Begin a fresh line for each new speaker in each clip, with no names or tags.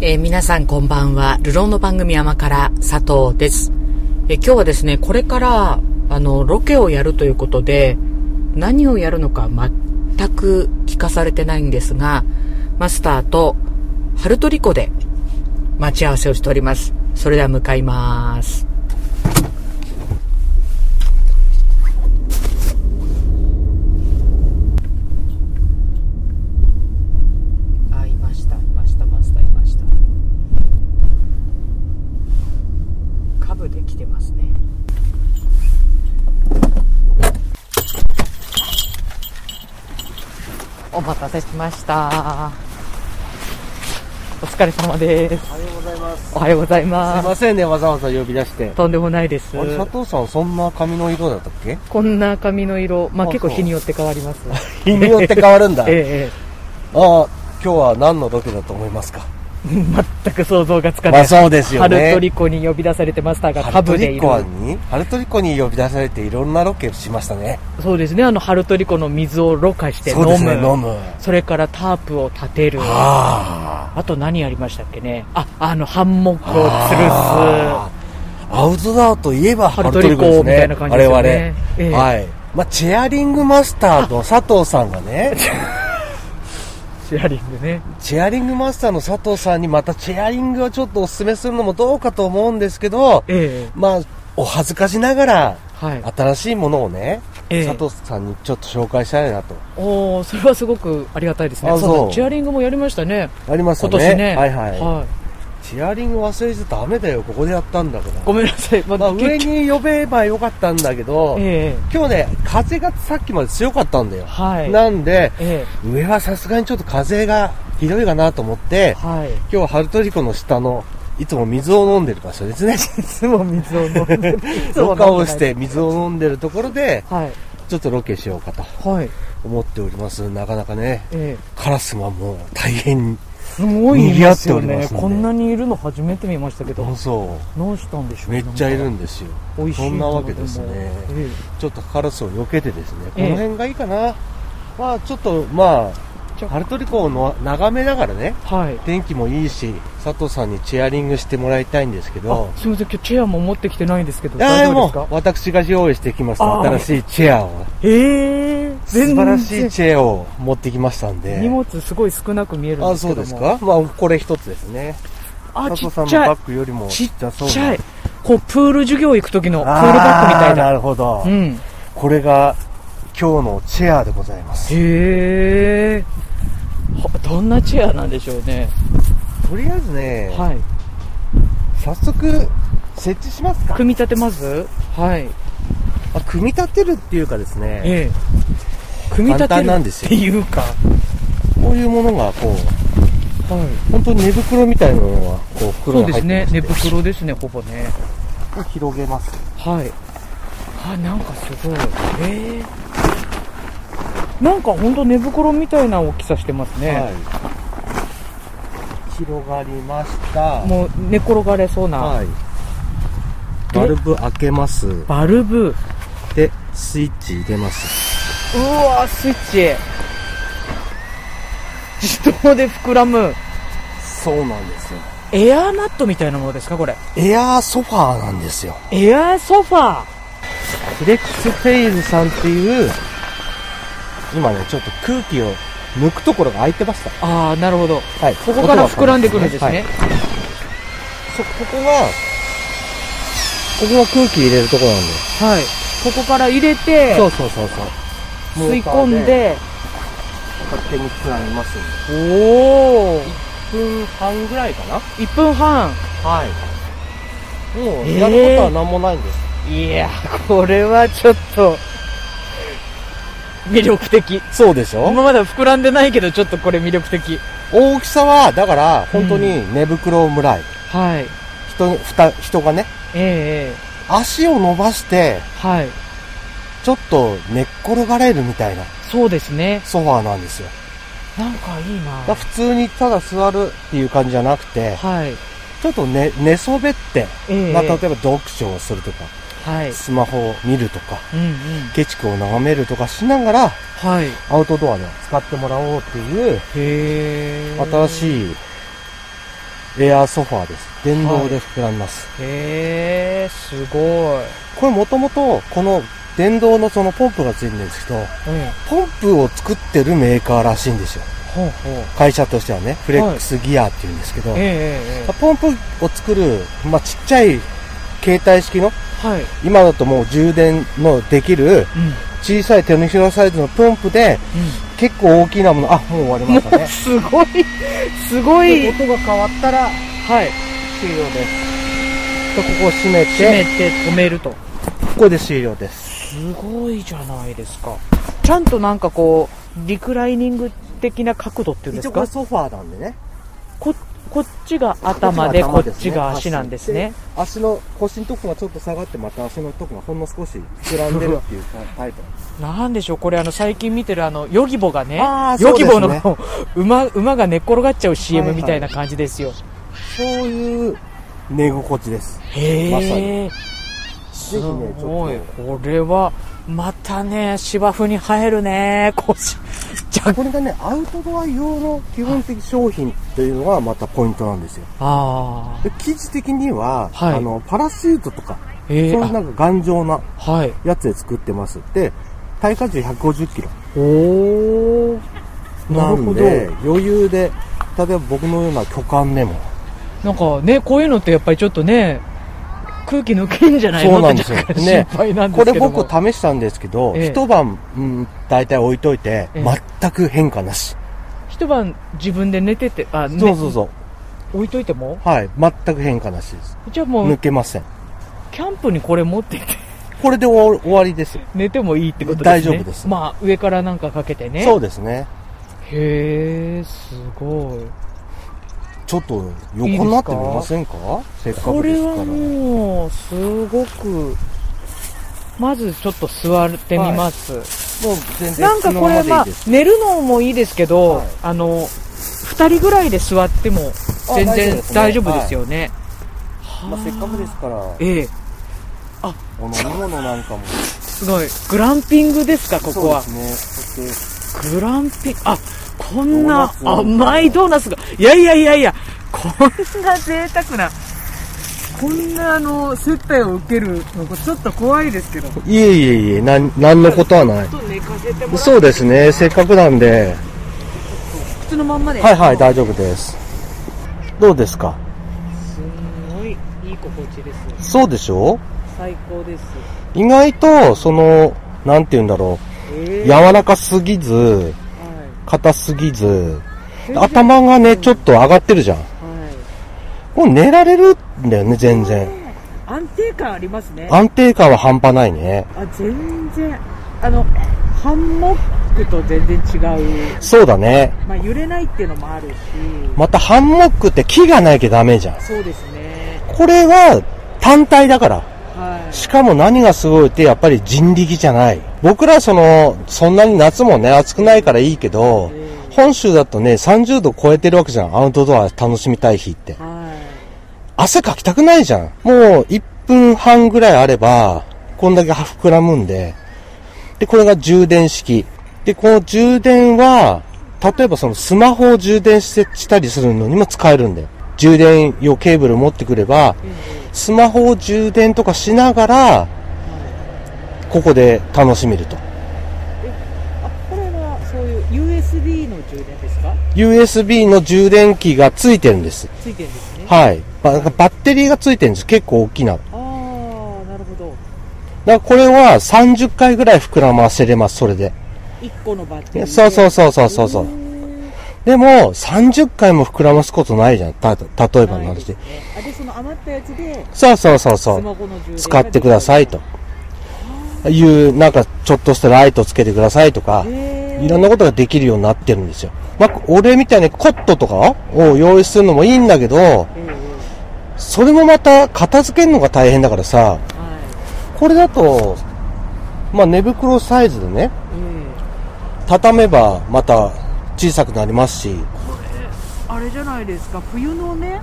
えー皆さんこんばんは。流浪の番組山から佐藤です。えー今日はですね、これから、あの、ロケをやるということで、何をやるのか全く聞かされてないんですが、マスターとハルトリコで待ち合わせをしております。それでは向かいます。あ、いました、いました、マスターいました。カブで来てますね。お待たせしました。お疲れ様です。
おはようございます。す
おはようござい
い
ま
ませんね、わざわざ呼び出して
す。。とんでもないです
あ。れ、佐藤さん、そんな髪の色だったっけ
こんな髪の色、まあ、
あ
結構
そう
日によって変わります。
日によって変わるんだ。あ
え
あ、今日は何のロケだと思いますか
え、全く想像がつかな
ま
い。
あそうですよね。
ハルトリコに呼び出されてマスターが
ハ
ハ
ルト
ブで
リ
い
コ
る。
はにハルトリコに呼び出されていろんなロケしましたね。
そうですね、あの、ハルトリコの水をろ過して飲
そう
む。
ですね、飲む。
それからタープを立てる。あ
あ
と何やりましたっけね。あ、あの、ハンモックを吊
あ
る。
アウトドアといえばハルトリ
ハル
コで
トリ
す
コみたいな
ね。
感じ
我
ですよ
々。
ねええ
はい。まあ、チェアリングマスターの佐藤さんが ね、
す。シェアリングね。
チェアリングマスターの佐藤さんにまたチェアリングをちょっとお勧めするのもどうかと思うんですけど、
ええ
まあ、お恥ずかしながら、
はい。
新しいものをね、
ええ
佐藤さんにちょっと紹介したいなと。
おーそれはすごくありがたいですね。
あそう
だチェアリングもやりましたね。
あります
今
よね。
年ね。
はいはい。
は
チェアリング忘れちゃダメだよ、ここでやったんだから。
ごめんなさい。ま
まあ、
結局
上に呼べばよかったんだけど、
ええ
今日ね、風がさっきまで強かったんだよ。
はい。
なんで、
え
上はさすがにちょっと風がひどいかなと思っ
え
て、
はい。
今日ハルトリコの下の、いつも水を飲んでる場所ですね。
いつも水を飲んでる。いつも飲んでな
ロ
い
カをして。水を飲んでるところで、
はい。
ちょっとロケしようかと
はい。
思っております。なかなかね、
ええ
カラスがもう大変に。
すごいいますよ
賑わ
ね
っておりますんで
こんなにいるの初めて見ましたけど
そう。そ
どうしたんでしょ
う。
う
めっちゃいる
ん
んですよ。
美味しい
そんなわけです
もの
ね。
もえ
ちょっとカラスを避けてですね、こ
ええ
の辺がいいかな。まあちょっと、ま
ち
あ、
ょ
ハルトリコの眺めながらね、
えはい
天気もいいし、佐藤さんにチェアリングしてもらいたいんですけど
あ、すみません今日チェアも持ってきてないんですけど
いや
大
ー
丈夫
も
ですか
う私が用意してきました
あー
新しいチェアを
ええ
素晴らしい
全然
チェアを持ってきましたんで
荷物すごい少なく見えるん
あ
ですけ
そう
ども
ですかまあこれ一つですね
あち
佐
っ
藤さん
ち
の
ゃい
バッグよりも
ちっ
ちゃそうな
ちゃいこうプール授業行く時のプール
あ
バッグみたいな
なるほど、
うんへ
これが今日のチェアでございます
えどんなチェアなんでしょうね
とりあえずね、
はい
早速設置しますか
組み立てますはい
あ組み立てるっていうかですね
ええ組み立て
簡単
る
なんです
っ
よ
ていうか
こういうものがこう
はい
本当に寝袋みたいなのがこう袋
そう
に
で
入っ
す
てま
ね
して
寝袋ですねほぼね
広げます
はいあなんかすごいえー、なんかほんと寝袋みたいな大きさしてますね、
はい、広がりました
もう寝転がれそうな、
はい
で
バルブ開けます
バルブ
でスイッチ入れます
うわースイッチ自動で膨らむ
そうなんですよ
エアーマットみたいなものですかこれ
エアーソファーなんですよ
エアーソファー
フレックスフェイズさんっていう今ねちょっと空気を抜くところが開いてました
ああなるほど
はい
ここから膨らんでくるんですね
はいそここがここが空気入れるところなんで
はい、ここから入れて
そうそうそうそう
吸い込んで
勝手に膨らみます
おお
1分半ぐらいかな
1分半
はい。もう、
えー
やることは何もないんです。
いや、これはちょっと、魅力的。
そうでしょ、
今までは膨らんでないけど、ちょっとこれ魅力的。
大きさは、だから、本当に寝袋ぐらい。
はい。
人、ふた、人がね、
ええ
足を伸ばして、
はい。
ちょっと寝っ転がれるみたいな
そうですね。
ソファーなんですよ。
なんかいい
だから
な
普通にただ座るっていう感じじゃなくて、
はい。
ちょっと寝、寝そべって、
ええ
まあ、例えば読書をするとか、
はい。
スマホを見るとか、
うんうん。
ケチクを眺めるとかしながら、
はい。へ
アウトドアで使ってもらおうっていう、
え。
新
い。
しいエアーソファーです。電動で膨らみます。
へえ、すごい。
これもともと、この電動のそのポンプがついてるんですけど、
うん。
ポンプを作ってるメーカーらしいんですよ。
ほうほう。
会社としてはね、フレックスギアっていうんですけど、
ええええ
ポンプを作る、まあ、ちっちゃい携帯式の、
はい。
今だともう充電のできる
うん。
小さい手のひらサイズのポンプで、結構大きなもの、あ、もう終わりました
もう
ね。
すごい、すごい。
で音が変わったら
はい。
終了です。でここを閉めて、
閉めて止めると。
ここで終了です。
すごいじゃないですか。ちゃんとなんかこう、リクライニング的な角度っていうんで
一
す
応こ
か
れソファーなんでね。
ここっちが頭でこ
こっちが頭ですね
っちが足なんですね。
足の腰のとこがちょっと下がって、また足のとこがほんの少し膨らんでるっていうタ イプ。
なんでしょうこれあの最近見てるあのヨギボがね
あー
ヨギボの、
そうです
馬馬が寝っ転がっちゃう CM
はいはい
みたいな感じですよ、
そういう寝心地です。
へえ、
まさに
す
ぜひねち
ごい
ょっ
これはまたね芝生に生えるねこうしじゃ
これがね、アウトドア用の基本的商品というのがまたポイントなんですよ。
あ
で生地的には、
はい
あの、パラシュートとか、
ーえ
そういうな
ー、
んか頑丈な
あはい
やつで作ってます。で、耐荷重150キロ。
おおな
な
るほ
ん
ど
で、余裕で、例えば僕のような巨漢でも、
なんかねこういうのってやっぱりちょっとね空気抜けんじゃないの
そうなんですよ
って若干心
ね
配なんで
こ
す
れ
けども、
僕試したんですけど、
ええ
一晩、うん、大体置いといて、
ええ
全く変化なし。
一晩自分で寝ててあ、ね、
そうそうそう。
置いといても
はい。全く変化なしです。
じゃあもう
抜けません。
キャンプにこれ持って行 って
これで終わ終わりです。
寝てもいいってことですね。
大丈夫です
まあ、上からなんかかけてね。
そうですね。
へえ、すごい。
ちょっと横になってみませんかせっか
こ
くで
れ
す
は
から。
もう、すごく、まずちょっと座ってみます。
もう全然
なんかこれ、
そのま
ま
ま
あ
でいいです、
寝るのもいいですけど、
はい
あの、二人ぐらいで座っても、全
あ大丈夫
然
ですね
大丈夫ですよね。
まあ、せっかくですから、お
ええ、
飲み物なんかも。
すごい。グランピングですか、ここは。
そうですね。だって
グランピング、あ、こんな
ドーナツなんか
甘いドーナツが、いやいやいやいや、こんな贅沢な、こんなあの、接待を受けるのがちょっと怖いですけど、ちょ
いえいえいえ、なん、なんのことはない。
っと寝かせてもらって、
そうですね、せっかくなんで。
普通のまんまで。
はいはい、大丈夫です。どうですか
すんごいいい心地です。
そうでしょう
最高です。
意外と、その、なんて言うんだろう。
えー、
柔らかすぎず、
はい
硬すぎず、
全然
頭がね、ちょっと上がってるじゃん。
はい。
もう寝られるんだよね、全然。
安定感ありますね。
安定感は半端ないね。
あ、全然、あの、ハンモックと全然違う。
そうだね。
まあ、揺れないっていうのもあるし、
またハンモックって木がなきゃダメじゃん。
そうですね。
これは単体だから。
はい。
しかも何がすごいってやっぱり人力じゃない。僕らその、そんなに夏もね、暑くないからいいけど、本州だとね、30度超えてるわけじゃん。アウトドア楽しみたい日って。
はい。
汗かきたくないじゃん。もう1分半ぐらいあれば、こんだけ膨らむんで。で、これが充電式。で、この充電は、例えばそのスマホを充電してしたりするのにも使えるんだよ。充電用ケーブル持ってくれば、スマホを充電とかしながら、ここで楽しめると。
あ、これはそういう USB の充電ですか
USB の充電器がついてるんです。
ついてるんですね。
はい。ばバッテリーがついてるんです。結構大きな。
ああ、なるほど。
だからこれは30回ぐらい膨らませれます、それで。
1個のバッテリーで。
そうそうそうそうそうそうう。
ーん
でも、30回も膨らますことないじゃん。た、例えばの
ないで
話
すね
で。
あ、で、その余ったやつで、
そうそうそう
ス
そ
マ
う。
ホの充電が
使ってくださいと。いう、なんか、ちょっとしたライトつけてくださいとか
できる。、へえ。
いろんなことができるようになってるんですよ。まあ、俺みたいにコットとかを用意するのもいいんだけど、
ええ
それもまた片付けるのが大変だからさ、
はい。
これだと、まあ、寝袋サイズでね、
ええ
畳めばまた小さくなりますし、
これ、あれじゃないですか、冬のね、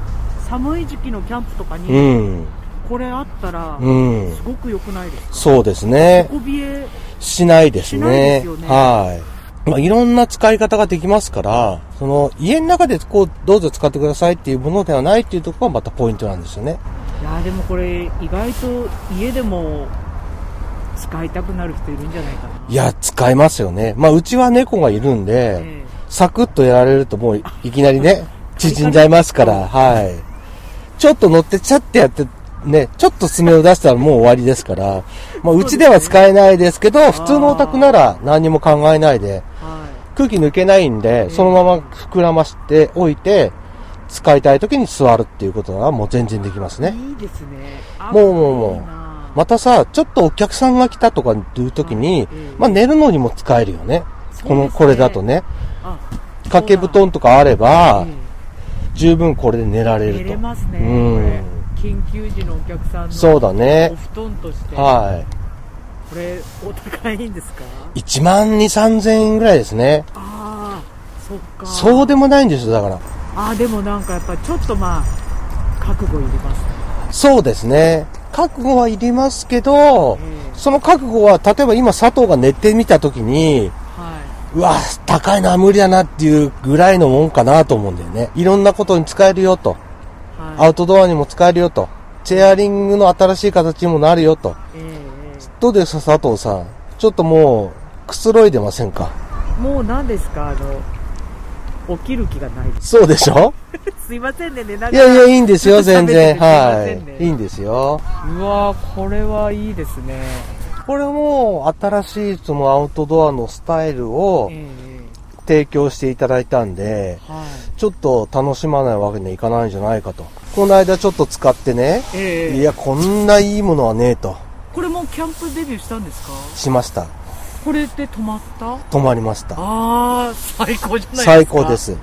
寒い時期のキャンプとか
う
に、
ん、
これあったら、
うん
す、ごく良くないですか
そうですね。
底冷え
しないです
しないで
ね。
すよね
はまあ、いろんな使い方ができますから、その、家の中でこう、どうぞ使ってくださいっていうものではないっていうところがまたポイントなんですよね。
いやーでもこれ意外と家でも使いたくなる人いるんじゃないかな、
いや、使えますよね。まあ、うちは猫がいるんで、
え
サクッとやられるともういきなり ね、縮んじゃいますから、はい。ちょっと乗ってちゃってやって、ね、ちょっと爪を出したらもう終わりですから、まあ、うちでは使えないですけど、普通のお宅なら何にも考えないで、
えは
空気抜けないんで、
ん
そのまま膨らましておいて、使いたい時に座るっていうことはもう全然できます
い、
ね。
いいですねあ
もうもうもう
いいな
またさ、ちょっとお客さんが来たとかっていう時に
うんうん、
まあ寝るのにも使えるよね。
そうですね
この、これだとね。
あ
掛け布団とかあれば
え、
十分これで寝ら
え
れると。
寝れますね、
うん。
これ緊急時のお客さんの
そうだ
お
ね。
布団として、
は
これお高いんですか
い。1万2、3000円ぐらいですね。
ああそっか
そうでもないんですよ、だから。
ああでもなんかやっぱちょっとまあ覚悟いりますね、
そうですね。覚悟はいりますけど、
ええ
その覚悟は、例えば今佐藤が寝てみたときに、
は
うわ、高いな、無理だなっていうぐらいのもんかなと思うんだよね。いろんなことに使えるよと。
いは
ア
い
ウトドアにも使えるよと。チェアリングの新しい形にもなるよと。
えええ
どうですか、佐藤さん。ちょっともう、くつろいでませんか
えもう何ですかあの起きる気がないです
そうでしょ
すいませんね、寝ないがら
やいや、いいんです よ、
ちょっ
全
と食べて
然。
てすいません
は
ね
い。いいんですよ。
うわーこれはいいですね。
これも、新しいそのアウトドアのスタイルを、
え
提供していただいたんで、
えは
ちょっと楽しまないわけにはいかないんじゃないかと。この間ちょっと使ってね、
い。ええ
いや、こんないいものはねえと、
これもうキャンプデビューしたんですか
しました。
これで止まったあ
止まりました。
あー、最高じゃないですか。
最高で。す。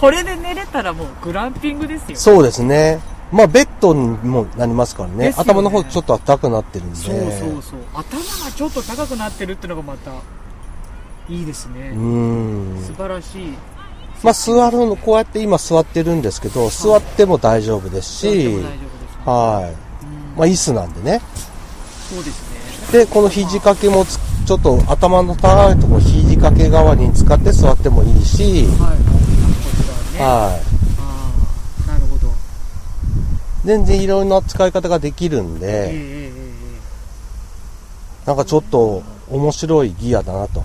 これで寝れたらもうグランピングですよ。
そうですね。まあ、ベッドにもなりますからね。
ですよね
頭の方ちょっと高くなってるんで。
そうそうそう。頭がちょっと高くなってるってのがまた、いいです
う
ね。素
ん。
晴らしい。
まあ、座るの、こうやって今座ってるんですけど、座っても大丈夫です
とって
し
も、大丈夫ですか。
はい。
うん
まあ、椅子なんでね。
そうですね。
で、この肘掛けもつちょっと頭の高いところ肘掛け代わりに使って座ってもいい
は
し、
い。こちらね。あ
は
あー、なるほど。
い。全然いろんな使い方ができるん
えええ
で、
えええ
なんかちょっと面白いギアだなと。
はい。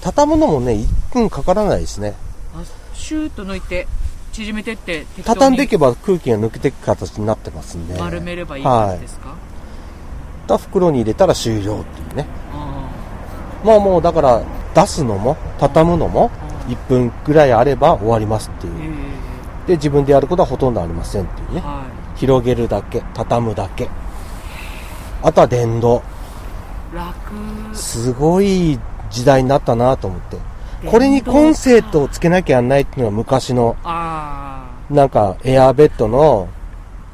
畳むのもね、1分かからないですね。
あシューッと抜いて縮めてって適当
畳んでい
に
けば空気が抜けていく形になってますんで。
丸めればいい感じですか、
はい。た袋に入れたら終了っていうね。
あ
まあもうだから出すのも畳むのも
あ
1分ぐらいあれば終わりますってい
え
う。
え
で、自分でやることはほとんどありませんっていうね。
は
広げるだけ畳むだけあとは電動
い楽
すごい時代になったなと思ってこれにコンセントをつけなきゃやんないっていうのが昔の
あ
なんかエアーベッドの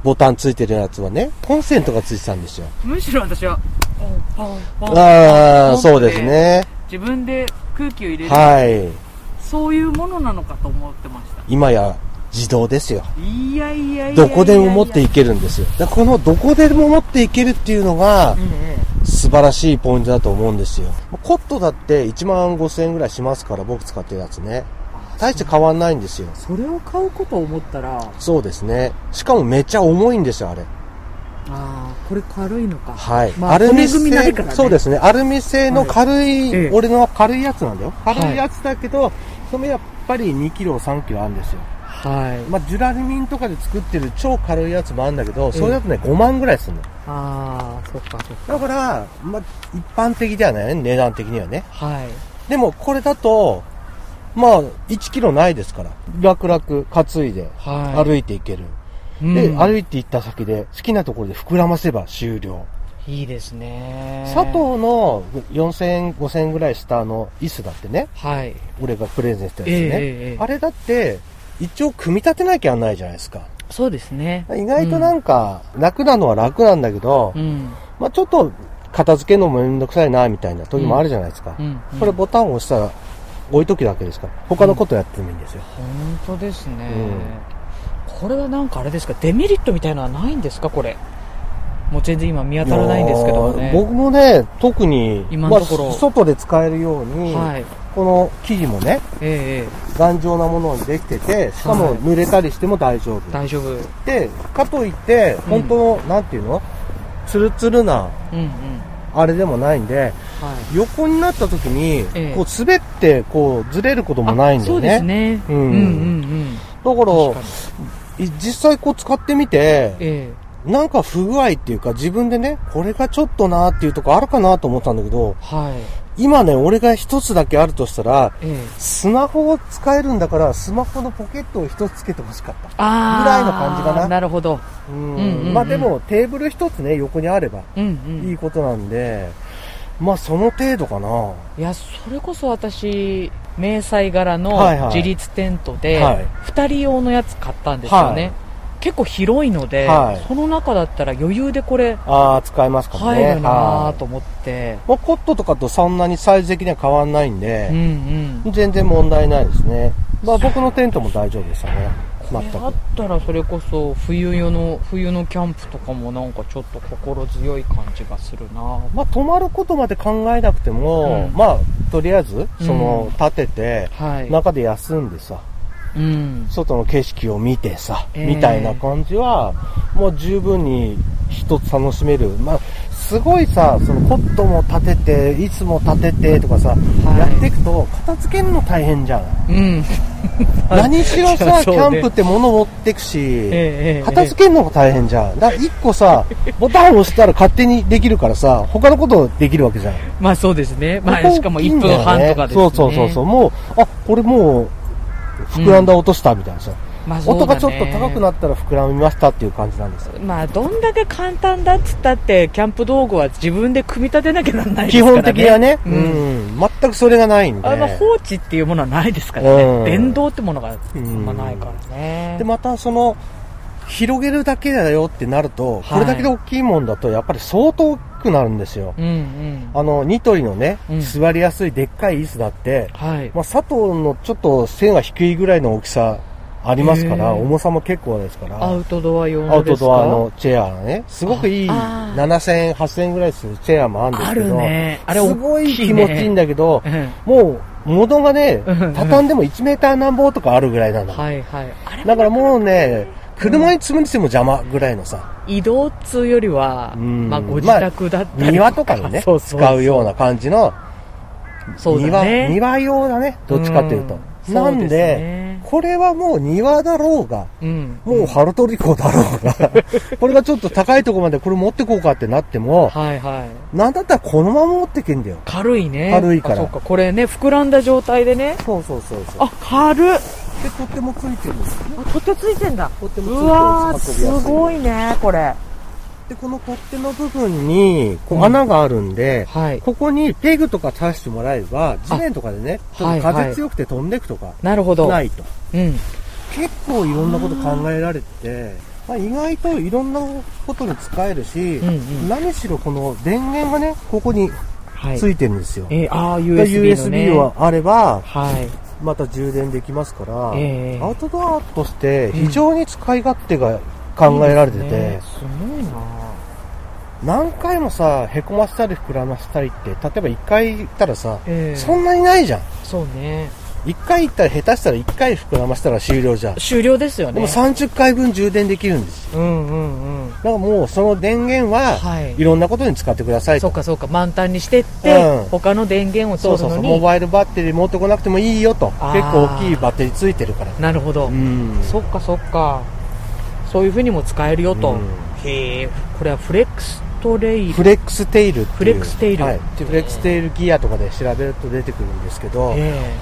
ボタンついてるやつはねコンセントがついてたんですよ
あむしろ私はポンポンポン
ああ
ポン
そ
ポン
うですね
自分で空気を入れる、
はい
そういうものなのかと思ってました
今や自動ですよ
いやいやいやいや
どこでも持って
い
いけるんですよだからこのどこでも持っていけるっていうのが
やえ
素晴らしいポイントだと思うんですよ。コットだって1万5千円ぐらいしますから、僕使ってるやつね。大して変わんないんですよ
え。それを買うことを思ったらあ
そうですね。しかもめっちゃ重いんですよ、あれ。
あこれ軽いのか
はい。
まあ骨組みないからね
そうですね。アルミ製の軽い、
はいええ
俺のは軽いやつなんだよ。
い
軽いやつだけど、そのやっぱり2キロ、3キロあるんですよ。
はい
まあ、ジュラルミンとかで作ってる超軽いやつもあるんだけど、それだとね、5万ぐらいするの。
ああそっかそっ
だから、まあ、一般的ではないね、値段的にはね。
はい
でもこれだと、まあ、1キロないですから。楽々担いで、
はい
歩いていける。
うん
で、歩いて行った先で、好きなところで膨らませば終了。
いいですね
佐藤の4000円、5000円ぐらいしたあの椅子だってね、
はい
俺がプレゼンしたやつね。
ええええ
あれだって、一応組み立てなきゃないじゃないですか。
そうですね
意外となんか、楽なのは楽なんだけど、
うん
まあちょっと片付けるのもめんどくさいな、みたいな時もあるじゃないですか。
うん
これボタンを押したら置いときだけですから、他のことやってもいいんですよ。
本当ですね、
うん
これはなんかあれですかデメリットみたいなのはないんですかこれもう全然今見当たらないんですけどもね。
僕もね、特に、
今のところ
まあ外で使えるように、
はい。
この生地もね、
えええ
頑丈なものにできてて、しかも
はい
濡れたりしても大丈夫
え。大丈夫。うん
で、かといって、
うん
本当の、なんていうのツルツルな、
うん。
あれでもないんで、
はい。
横になった時に、
ええ
こう滑って、こうずれることもないんだ
そ
よ
う
ね。
ですね。
う
うんんうんうん。
だから、
確かに。
い実際こう使ってみて、
え
なんか不具合っていうか自分でね、これがちょっとなっていうとこあるかなと思ったんだけど
え、はい。
今ね、俺が一つだけあるとしたら、
ええ
スマホを使えるんだから、スマホのポケットを一つつけてほしかった。
ああ。
ぐらいの感じかな
なるほど。
うん
うんうんうん
まあでも、テーブル一つね、横にあれば
うんう
いい
ん。
ことなんで、まあその程度かな。はい
や、それこそ私、迷彩柄の
はいはい
自立テント
い。
で、二人用のやつ買ったんですよね。
はい
結構広いので、
はい
その中だったら余裕でこれ
ああ、使えますからね。
入るな
は
あ
い
と思って、
まあ、コットとかとそんなにサイズ的には変わんないん
うん
で、
うん。
全然問題ないですね。まあ僕のテントも大丈夫でしたね。
こ
全
れ
く。
あったらそれこそ冬用の冬のキャンプとかもなんかちょっと心強い感じがするな
まあ泊まることまで考えなくても、
うん
まあとりあえず、そ
うん、
の立てて、
はい
中で休んでさ、
うん
外の景色を見てさ、
ええ
みたいな感じは、もう十分に一つ楽しめる。まあ、すごいさ、そのコットも立てて、いつも立ててとかさ、
い
やっていくと、片付けるの大変じゃん。
うんはい
何しろさ、キ
そうね
ャンプって物持ってくし、
ええ
片付けるのが大変じゃん。だから一個さ、ボタンを押したら勝手にできるからさ、他のことできるわけじゃん。
まあそうですねまあ
ここ
しかも
いい
1
んだよ
分
ね
半とかですね
そうそうそうそう。もう、あ、これもう、膨らんだ落としたみたいなさ。
まあそうだね、
音がちょっと高くなったら膨らみましたっていう感じなんですよ。
まあどんだけ簡単だっつったってキャンプ道具は自分で組み立てなきゃなんないで
基
すからね
本的にはね、
う
うんん、全くそれがないんで。
あの放置っていうものはないですからね、
うん
電動ってものがあんまないからね、
で、またその、広げるだけだよってなると、これだけで大きいもんだと、やっぱり相当大きくなるんですよ。
うんうん
あの、ニトリのね、
うん
座りやすいでっかい椅子だって、
はい
まあ、佐藤のちょっと背が低いぐらいの大きさありますか
へー
ら、重さも結構ですから、
アウトドア用
ア
の
ウ
で
ト
すか
ドアのチェアがね、すごくいい
ああー
7000円、8000円ぐらいするチェアもあるんです
あ
け
る
ど、
ね。あれ、
すごい
大き
気持ちいいん
ね。
だけど、
うん
もう、物がね
うんうん、
畳んでも1メーター何ぼとかあるぐらいなの。
はいはい。あれ、
だからもうね、車に積むにしても邪魔ぐらいのさ、
移動っつうよりは、
うん
まあ、ご自宅だったり、
庭とかに ね、
そうそう
使うような感じの、
そうだね。
庭、庭用だね、どっちかというと。
うん
な
そ
ん
う
で、
ですね
これはもう庭だろうが、
うん。
もうハルトリコだろう が、これがちょっと高いところまでこれ持ってこうかってなっても、
はいはい。
なんだったらこのまま持ってけんだよ。
軽いね。
軽いから
あそうか、これね、膨らんだ状態でね。
そうそうそうそう。
あ、軽っ。
で、とってもついてるんですよね。
あ取っ手ついてんだ。
とってもつ
う
いてる
わー、
運び
す
やい
ごいね、これ。
で、この取っ手の部分に、こ
う
うん穴があるんで、
はい。
ここにペグとか刺してもらえば、地面とかでね、ちょっと
はいはい
風強くて飛んでくとか、
なるほど。
ないと。
うん。
結構いろんなこと考えられてて、まあ、意外といろんなことに使えるし、
うんうん
何しろこの電源がね、ここに
はい。
ついてるんですよ。
えー、あー、
で
USB の、ね。
USB はあれば、
はい。
また充電できますから、
ええ
アウトドアとして非常に使い勝手が考えられてて、
いいですねすごいな
何回もさ、へこませたり膨らませたりって、例えば1回行ったらさ、
ええ
そんなにないじゃん。
そうね。
1回行ったら下手したら1回膨らませたら終了じゃん。
終了ですよね。
でも30回分充電できるんですよ。
うんうんうん。
だからもうその電源は、
はい
いろんなことに使ってください
そ
と。
うかそうか、満タンにしてって、
うん
他の電源を取
そうそ
る
う
の
そう。
に。
モバイルバッテリー持ってこなくてもいいよと。結
あー
構大きいバッテリーついてるから。
なるほど。
ん
そっかそっか。そういうふうにも使えるよと。
うん
へえ、これはフレックストレイル。
フレックステイルっていう
フレックステイル
はい、フレックステイルギアとかで調べると出てくるんですけど、
え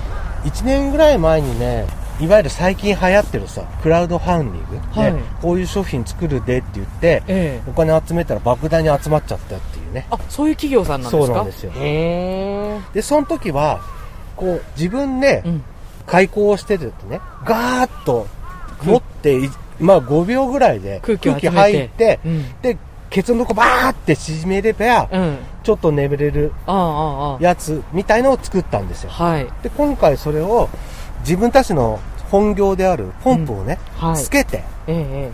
1年ぐらい前にねいわゆる最近流行ってるさクラウドファンディング、ね
はい
こういう商品作るでって言って
えええ
お金集めたら莫大に集まっちゃったっていうね
あ、そういう企業さんなんですか
そうなんですよ
へえ。
でその時はこう自分で
うん。
開口をしててねガーッと持っていまあ5秒ぐらいで
空気を集めて
入って、
うん。
でケツのとこバーって縮めれば
うん。
ちょっと眠れる
ああ、ああ、あ
やつみたいのを作ったんですよ
あ。はい。
で今回それを自分たちの本業であるポンプをね、
はい。
つけて
ええ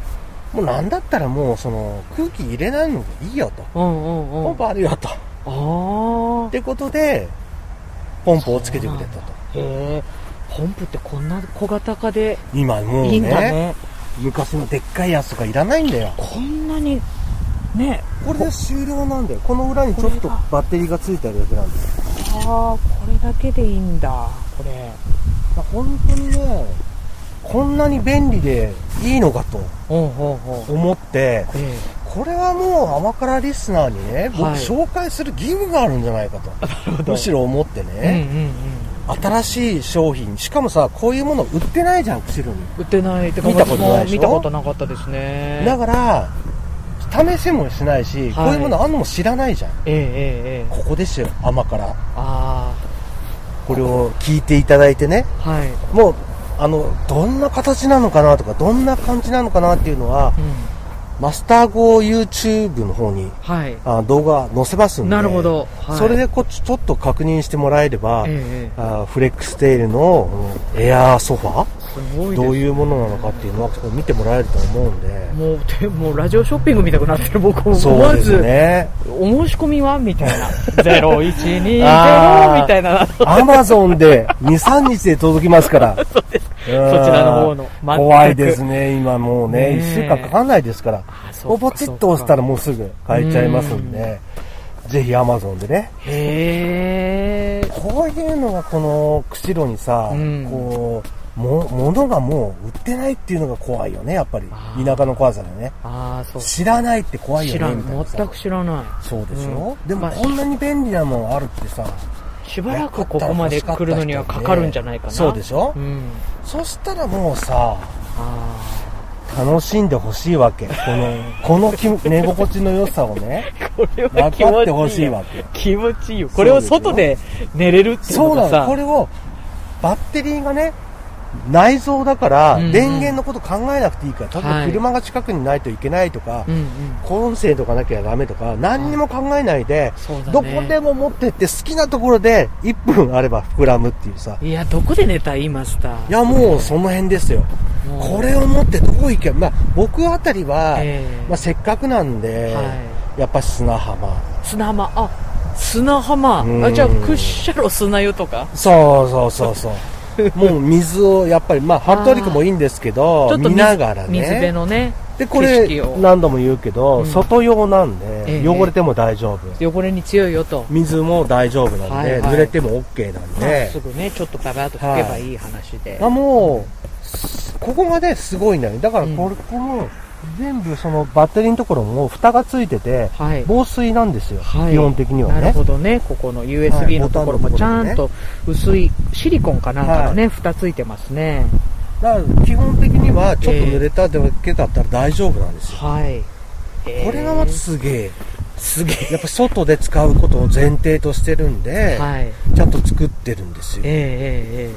え
もうなんだったらもうその空気入れないのがいいよと。
うんうんうん。
ポンプあるよと。っ
ああ。
てことで、ポンプをつけてくれたと。
へえ。ポンプってこんな小型化で
今もう
いいんだね。
ね、昔のでっかいやつとかいらないんだよ。
こんなに、ね。
これで終了なんだよ。この裏にちょっとバッテリーがついてあるだけなんですよ。
ああ、これだけでいいんだ。これ。
まあ本当にね、こんなに便利でいいのかと
ほうほうほう。
思って、
え
これはもう甘辛リスナーにね、僕
はい
紹介する義務があるんじゃないかと。むしろ思っ
え。
て
うん
ね、
うんうん。
新しい商品、しかもさ、こういうもの売ってないじゃん、釧路に。
売ってないってか
見たことないでしょ
もう見たことなかったですね。
だから、試せもしない
は
し、
い
こういうものあんのも知らないじゃん。
ええええええ。
ここですよ、甘辛。
あ
これを聞いていただいてね、
あ。はい。
もう、あの、どんな形なのかなとか、どんな感じなのかなっていうのは
う、ん。
マスター号 YouTube の方に
はい。
あ動画載せますんで。
なるほど。はい、
それでこっちちょっと確認してもらえれば、
ええ
あーフレックステイルのうんエアーソファ
すごいです
どういうものなのかっていうのはこう見てもらえると思うんで。
もうでもうラジオショッピングみたくなってる僕思
そう
わ
で
ず、
すね。
お申し込みはみた いな0120み
あー
たいな
アマゾンで2、3日で届きますから。そうです。そち
そちらの方の全く
怖いですね、今もうね、
ねえ
1週間かかんないですから。
あそ
こ
う
う
か
ポチッと押したらもうすぐ買えちゃいますんで、ぜひアマゾンでね。
へえ
こういうのがこの釧路にさ、
うん
こう、も、物がもう売ってないっていうのが怖いよね、やっぱり
あ。ー
田舎の怖さでね。
ああそう
知らないって怖いよ
知
ね。
ら
みたい
ん
なさ
全く知らない
そうでしょ、
うん
でも
まあ
こんなに便利なもんあるってさ、
しばらくここまで来るのにはかかるんじゃないかな
そうでしょ、
うん
そしたらもうさ、
あ
楽しんでほしいわけ。この、この き寝心地の良さをね、
あ これは
分
気持
かってほ
ちい
し
い
い
よ
わけ。
気持ちいいよこれを外で寝れるっていう
そ
の
うな
が
の。
さ
これを、バッテリーがね、内蔵だから
うんう、ん
電源のこと考えなくていいから、例え
は
ば
い
車が近くにないといけないとか、
うんうん
コンセントがなきゃダメとか、何にも考えないで、
そうだね
どこでも持ってって好きなところで1分あれば膨らむっていうさ。
いやどこで寝たいマスター
いや、もうその辺ですよ。
もう
これを持ってどこ行けば、まあ、僕あたりは、
ええ
まあ、せっかくなんで、
は
やっぱ砂浜。
砂浜あ砂浜
うん
あじゃあクッシャロ砂湯とか
そうそうそうそう。 もう水を、やっぱり、まあ、ハットリックもいいんですけど、見
水
ながら
水辺
ね。
のね
で、こ
景
れ
色を、
何度も言うけど、
うん
外用なんで
え、え
汚れても大丈夫。
汚れに強いよと
水も大丈夫なんで、
はいはい
濡れても OK なん
まあ
で、
すぐねちょっとパパッと拭けばいい話で、
あもう、ここがね、すごいんだよね。だから、
うん
これ、この、全部、その、バッテリーのところも、蓋がついてて、
はい
防水なんですよ、
はい
基本的には
な
ね
るほどねここの
はい
USB のところも
ボ
ち
タ
ゃ
ンの
ん
と
と薄いシリコンかなんかのね、蓋ついてますね
だから基本的にはちょっと濡れただけだったら大丈夫なんですよ、
はいえー
これがまずすげえ
すげ
やっぱ外で使うことを前提としてるんで、
えはい
ちゃんと作ってるんです
ええ
よ
えええ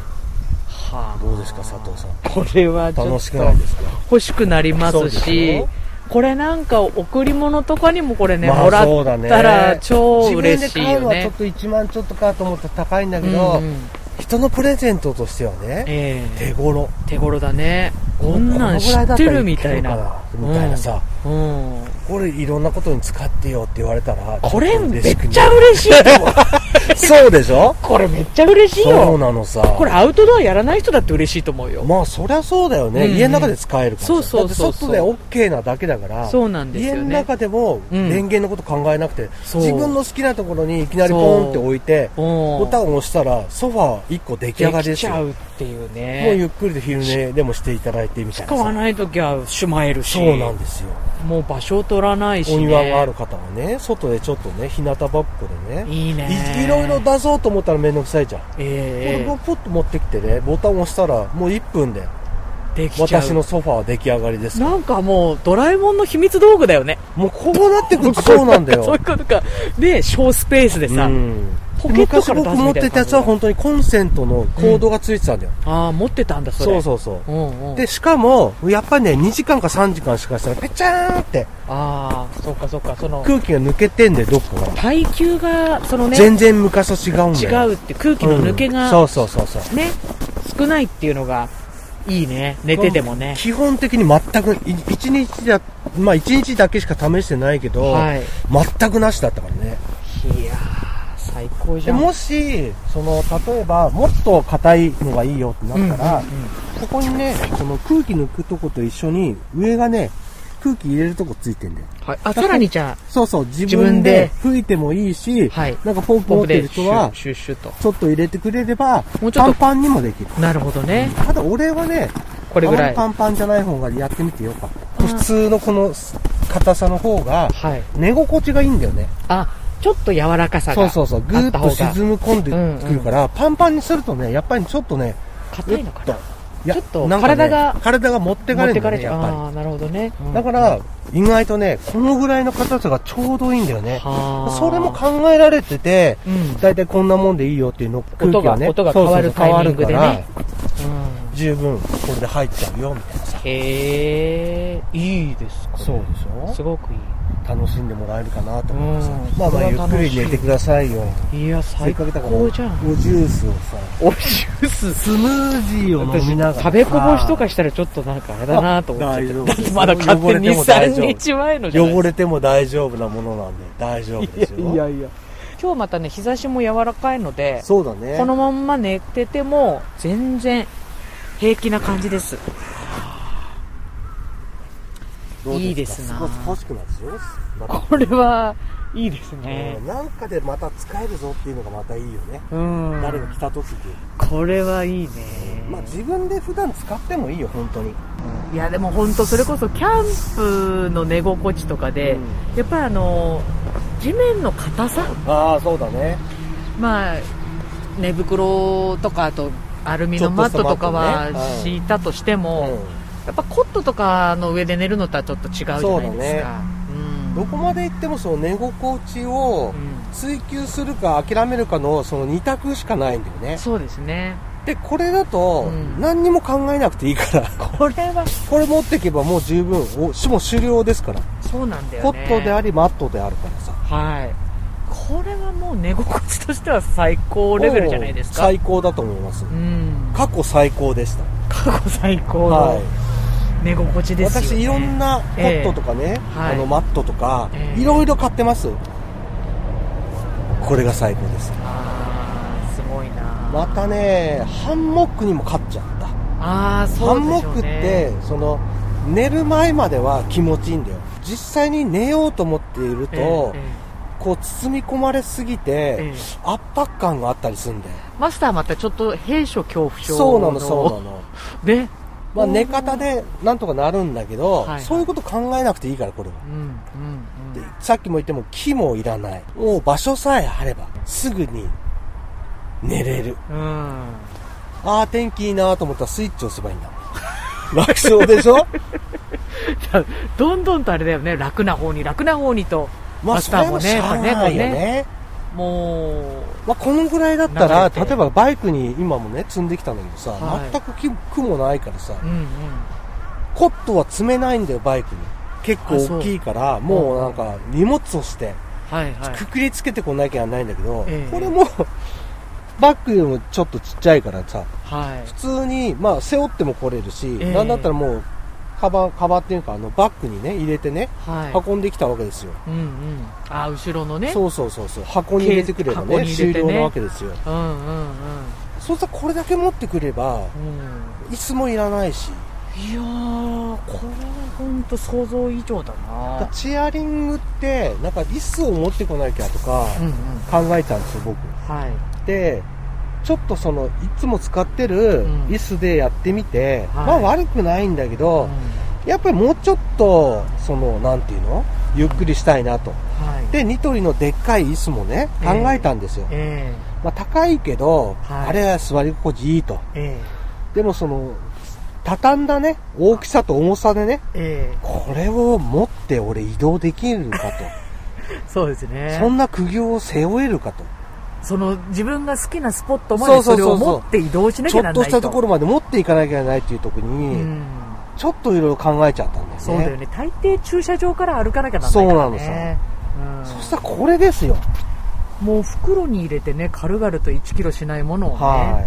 はあ
どうですか佐藤さん
これはちょっと
楽しくないですか
欲しくなりま
そう
す
でし
し
ょ、
これなんか贈り物とかにもこれね、
まあ
もら
そうだ
っ
ね
たら超嬉しい
自分で買うの
よ
はちょ
ね
っ。と1万ちょっとかと思ったら高いんだけど、
うんうん
人のプレゼントとしてはね
ええ
手頃
手頃だね。こんなん知ってるみたい
このぐらだ
な
っ。たらいけるかみたいなさ、
うん。うん
これいろんなことに使ってよって言われたら
これ
ょと
め
嬉しく
っち
な
ゃ
る
嬉しいと思う
そうでしょ
これめっちゃ嬉しい
そう
よ。
なのさ
これアウトドアやらない人だって嬉しいと思うよ。
まあそりゃそうだよね、
うんうん
家の中で使えるから
そうそうそうそう
だって外で OK なだけだから
そうなんです
家
よ
の
ね。
中でも
うん
電源のこと考えなくて、
そう
自分の好きなところにいきなりポンって置いてボ
ボ
タンを押したらソファー1個出来上がり
で
で
き
す
ちゃ
よ
うっていう
もうゆ
ね。
っくりで昼寝でもしていただいてみたい
使
な
わ
さ
ないときはしまえるし。
そうなんですよ
もう場所を取らないし、ね。
お庭がある方はね外でちょっとね日向ぼっこでね
いいね。
いいろいろ。出そうと思ったら面倒くさいじゃん、
ええ
これポッと持ってきてねボタンを押したらもう1分で
できちゃう
私のソファーは出来上がりですから
なんかもうドラえもんの秘密道具だよね
もうこうなってくるとそうなんだよ。
そういうことかで小スペースでさ、
うん
ポケット
昔
から出
僕
す
持
み
った
い
て
な
たや
感
つ
じ
は本当にコンセントのコードがついてたんだよ。
ああ持ってたんだそ
そ
れ
う
う
そうそう。
んうん
で、しかも、やっぱりね、2時間か3時間しかしたら、ぺちゃーんって
ああそうかそうかその
空気が抜けてんで、どこから。
耐久がそのね
全然昔と違うん
違
だよ。
うって空気の抜け
うん
が、
そうそうそうそう。
ね少ないっていうのが
いいね。寝ててもね。
基本的に全く、い一日だ、まあ一日だけしか試してないけど、
はい。
全くなしだったからね。
いやー、最高じ
で
ゃん。
もし、その、例えば、もっと硬いのがいいよってなったら、ここにね、その空気抜くとこと一緒に、上がね、空気入れるとこついてんだよ。
はい。あ、さらにじゃ
そうそう、自
自
分
分
で
で
吹いてもいいし、
はい
なんかポン
あ、
プ持
僕
ってる
でシ
人
ュ
は
ッ、シュッシュッと。
ちょっと入れてくれれば、
もうちょっ
パ
と、
ンパンにもできる。
なるほどね。
ただ俺はね、
これぐらい。は
あんまりパンパンじゃない方がやってみてよかった。
うん
普通のこの硬さの方が、
い。
寝心地がいいんだよね。
あ、ちょっと柔らかさ
そ
が。
うそうそう。ぐ
あ
ー
っ
ったと
方が
沈み込んでくるから、パンパンにするとね、やっぱりちょっとね、
硬いのか
うっ
な。
いや
ちょっと
なんかね
体が
体が持ってか
持っ
れ
て
るん
か
だよ
れ
ね、
ち
や
ゃう。
っぱ
ああー、なるほどね。う
り。
ん
だから、意外とね、このぐらいの硬さがちょうどいいんだよね。
はあ
それも考えられてて、
うん。
だいたいこんなもんでいいよっていうの空気ね、
音が変わる
そうそう
タイミングでね
変わるから
うん
十分これで入っちゃうよみたいなさ
へえ、いいです、これ。
でし
すごくいい。
楽しんでもらえるかなと
う
思ってさ、
ん。
まあまあゆっくり寝て
て
くださいよ
いや、
せっ
最高
かくだからおジ
じゃん。
ュースをさ
おジュー ス。
スムージーを飲みながら
食べこぼしとかしたらちょっとなんかあれだなと思っちゃ
あ
っ
大
て。
丈夫
だってまだ買って
汚れて
2、
も大丈
3
夫
日前のじゃない
汚れても大丈夫なものなんで大丈夫ですよ
いやいや。
今日またね、日差しも柔らかいので、
そうだね
このまんま寝てても全然平気な感じです。
どうか
いいですな
少し欲しくなるでしょ、ま
これは、いいです
た
ね
うん。なんかでまた使えるぞっていうのがまたいいよね、
うん。
誰が来た時に、
これはいいね。
まあ、自分で普段使ってもいいよ本当に
いや、でも本当それこそキャンプの寝心地とかで、やっぱりあの、地面の硬さ
ああそうだね
まあ、寝袋とかあとアルミのマットとかは
ちょっとしたマットねうん
敷いたとしても、
う
やっぱコットとかの上で寝るのとはちょっと違うじゃないですか。
そううだね
ん
ん、どこまで行ってもその寝心地を
うん
追求するか諦めるかのその2択しかないんだよね
そうですね。
でこれだと
うん
何にも考えなくてい いから
これは、
これ持っていけばもう十分おしもう終了ですから、
そうなんだよ
コ
ね。
ットでありマットであるからさ
はい。これはもう寝心地としては最高レベルじゃないですか。
もう最高だと思います
うん。
過去最高でした、
過去最高
は
の
い
寝心地ですよ、ね。
私いろんなコットとかね、
えはい
あのマットとか、
ええ
いろいろ買ってますこれが最高です
あーすごいな
またねハンモックにも買っちゃった
あー
ハ
そう
ン
で
モ
し
ッ
ょ
ク
う、ね、
ってその寝る前までは気持ちいいんだよ実際に寝ようと思っていると、
えええ
こう包み込まれすぎて
え、ええ
圧迫感があったりするんだよ
マスターまたちょっと兵所恐怖症
そうなのそうなの
うね、
まあ、
うん
寝方でなんとかなるんだけど、
はい
そういうこと考えなくていいからこれは
うんうんう
で
ん、
さっきも言っても木もいらないもう場所さえあればすぐに寝れる
うん、
ああ天気いいなと思ったらスイッチ押せばいいんだ 楽勝でしょ
どんどんとあれだよね楽な方に楽な方にと
まあ、
マ
そ
ス
れ
ター
は
も
し
ね
ゃあないよ
やっぱ
ね。
も
まあ、このぐらいだったら、
流れて
例えばバイクに今もね、積んできたんだけどさ、
はい
全くき雲ないからさ
う、、うんうん、
コットは積めないんだよ、バイクに。結構
あそう
大きいから、もうなんか荷物をして、
はいはい
くくりつけてこなきゃないんだけど、
ええ
これも、バッグよりもちょっとちっちゃいからさ、
はい
普通に、まあ、背負っても来れるし、
ええ
なんだったらもう、カバン、カバンっていうか、あの、バッグにね、入れてね、
はい
運んできたわけですよ。
うんうんあ後ろのね
そうそうそうそう、箱に入れてくれば
箱
ね、
に入
終
れてね
了なわけですよ。
うんうんうん
そうしたらこれだけ持ってくれば、
うん
椅子もいらないし、
いやーこれは本当想像以上だな
チェアリングって、なんか椅子を持ってこなきゃとか
うんうん
考えたんですよ、僕。
はい
で、ちょっとその、いつも使ってる
うん
椅子でやってみて、
はい
まあ悪くないんだけ
う
ど
ん、
やっぱりもうちょっと、その、なんていうのゆっくりしたいなと。
はい
で、ニトリのでっかい椅子もね、考えたんですよ。
え
まあ高いけど、
はい
あれは座り心地いいと。
ええ
でもその、畳んだね、大きさと重さでね、
ええ
これを持って俺移動できるか
えそうです
と。
ね
そんな苦行を背負えるかと。
その自分が好きなスポットま
そう
で
そう
そ
そ
れ
うそう
を持って移動しな
ち
きゃ
ょ
なら
っと
ない
し
と。
たところまで持っていかなきゃいけないっていう時
う
に、
ん
ちょっといろいろ考えちゃったんだよね。
そうだよね。大抵駐車場から歩かなきゃならないからね。
そし
う
たらこれですよ。
ん、もう袋に入れてね、軽々と1キロしないものをね、
は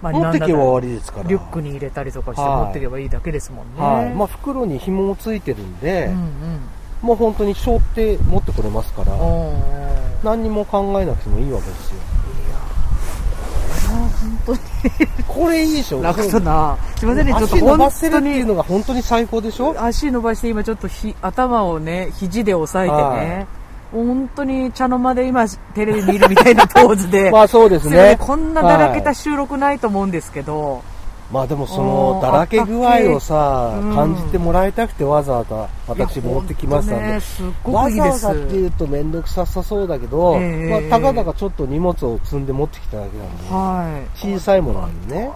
まあ、
持
な
っ
んだ
て
った
けば
ら
終わりですから。
リュックに入れたりとかして
はい
持ってけばいいだけですもんね。
はい。まあ、袋に紐もついてるんで、
うんうん。
もう本当に背負って持ってこれますから、
おー
何にも考えなくてもいいわけですよ。これいいでしょ
楽だな。すいませんね、ちょっと
足伸ばせるっていう
本
のが本当に最高でし
当
ょ
に足伸ばして今ちょっとひ頭をね、肘で押さえてね、本当に茶の間で今テレビ見るみたいなポーズ で、
まあそうです
すいませ
ね
ん。こんなだらけ
は
た
い
収録ないと思うんですけど、
まあでもそ
お
の
ー
だらけ具合をさ、
あったけえうん
感じてもらいたくてわざわざ
い
私
や
持ってきましたん
本当ね、
で。
すっご
わ
くいい
ざ
で
わ
す。
ざっていうと面倒くささそうだけど、
ええ
まあ、たかだかちょっと荷物を積んで持ってきただけなんで、
はい。
小さいものなんでね。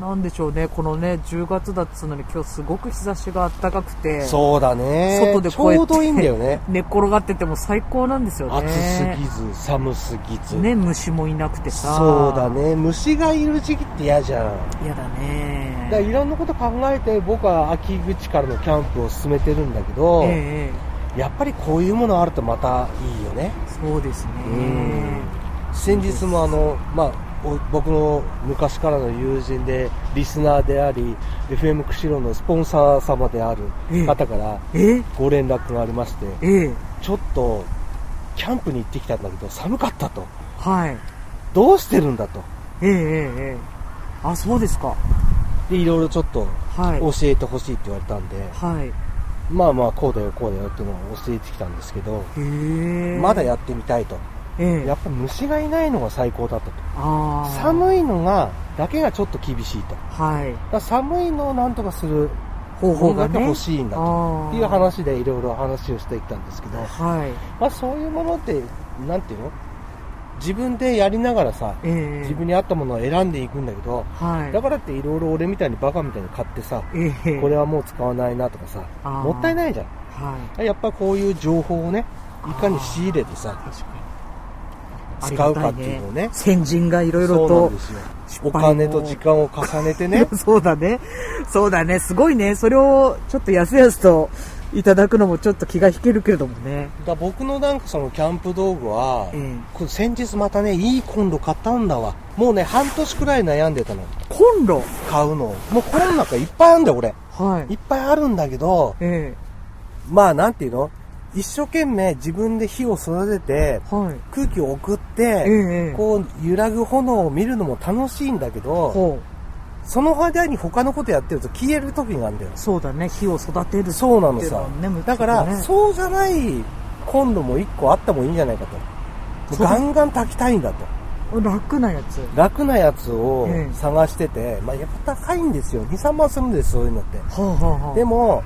なんでしょうね、このね、10月だっつうのに今日すごく日差しが暖かくて、
そうだね。
外で
ち
こうや
ょ
っ
う
て
どいいん だよね。
寝っ転がってても最高なんですよね。
暑すぎず、寒すぎず。
ね、虫もいなくてさ。
そうだ。ね。虫がいる時期って嫌じゃん。
嫌だ
だから
ね。
いろんなこと考えて僕は秋口からのキャンプを進めてるんだけど、
ええ
やっぱりこういうものあるとまたいいよね
そうですね。
うん先日もあの、まあ、お僕の昔からの友人でリスナーであり FM 釧路のスポンサー様である方から
え
ご連絡がありまして
ええ
ちょっとキャンプに行ってきたんだけど寒かったと
はい。
どうしてるんだと
ええええええあ、そうですか。
でいろいろちょっと
はい。
教えてほしいって言われたんで、
はい。
まあまあこうだよこうだよっていうのを教えてきたんですけど
ええ
まだやってみたいと。
ええ
やっぱ虫がいないのが最高だったと。
ああ。い。
寒いのが、だけがちょっと厳しいと。だか
はい。
ら寒いのをなんとかする
方法が
だけ
ね。
欲しいんだ
あ
と。
ー
っていう。話でいろいろ話をしてきたんですけど、
はい。
まあそういうものって、なんていうの自分でやりながらさ、
ええ
自分に合ったものを選んでいくんだけど、
はい。
だからっていろいろ俺みたいにバカみたいに買ってさ、
ええ
これはもう使わないなとかさ、
あー
もったいないじゃ
はい。
ん。やっぱこういう情報をね、いかに仕入れてさ、
確かに。
使うかっていうのをね。
先人がいろいろ
そうな
と
んですよ。
失
お
敗を。
金と時間を重ねてね
そうだね。そうだね。すごいね。それをちょっとやすやすといただくのもちょっと気が引けるけれどもね。
だから僕のなんかそのキャンプ道具は、
ええ
これ先日またね、いいコンロ買ったんだわ。もうね、半年くらい悩んでたの。
コンロ
買うのを。もうコロナ禍いっぱいあるんだよ、俺。
はいい。
っぱいあるんだけど、
え
まあなんていうの一生懸命自分で火を育てて、
えはい。
空気を送っ
え
て、
え
こう揺らぐ炎を見るのも楽しいんだけど、
ほ
その間に他のことやってると消える時があるんだよ
う。そうだね。火を育てる。
そうなのさ
っていうのはね
だか
難
ら、
しいね
そうじゃないコンロも一個あったもいいんじゃないかと。もう
そう
ガンガン炊きたいんだと。
楽なやつ。
楽なやつを
ええ
探してて、まあやっぱ高いんですよ。2、3万するんです、そういうのって。
はあ、はあはあ
でも、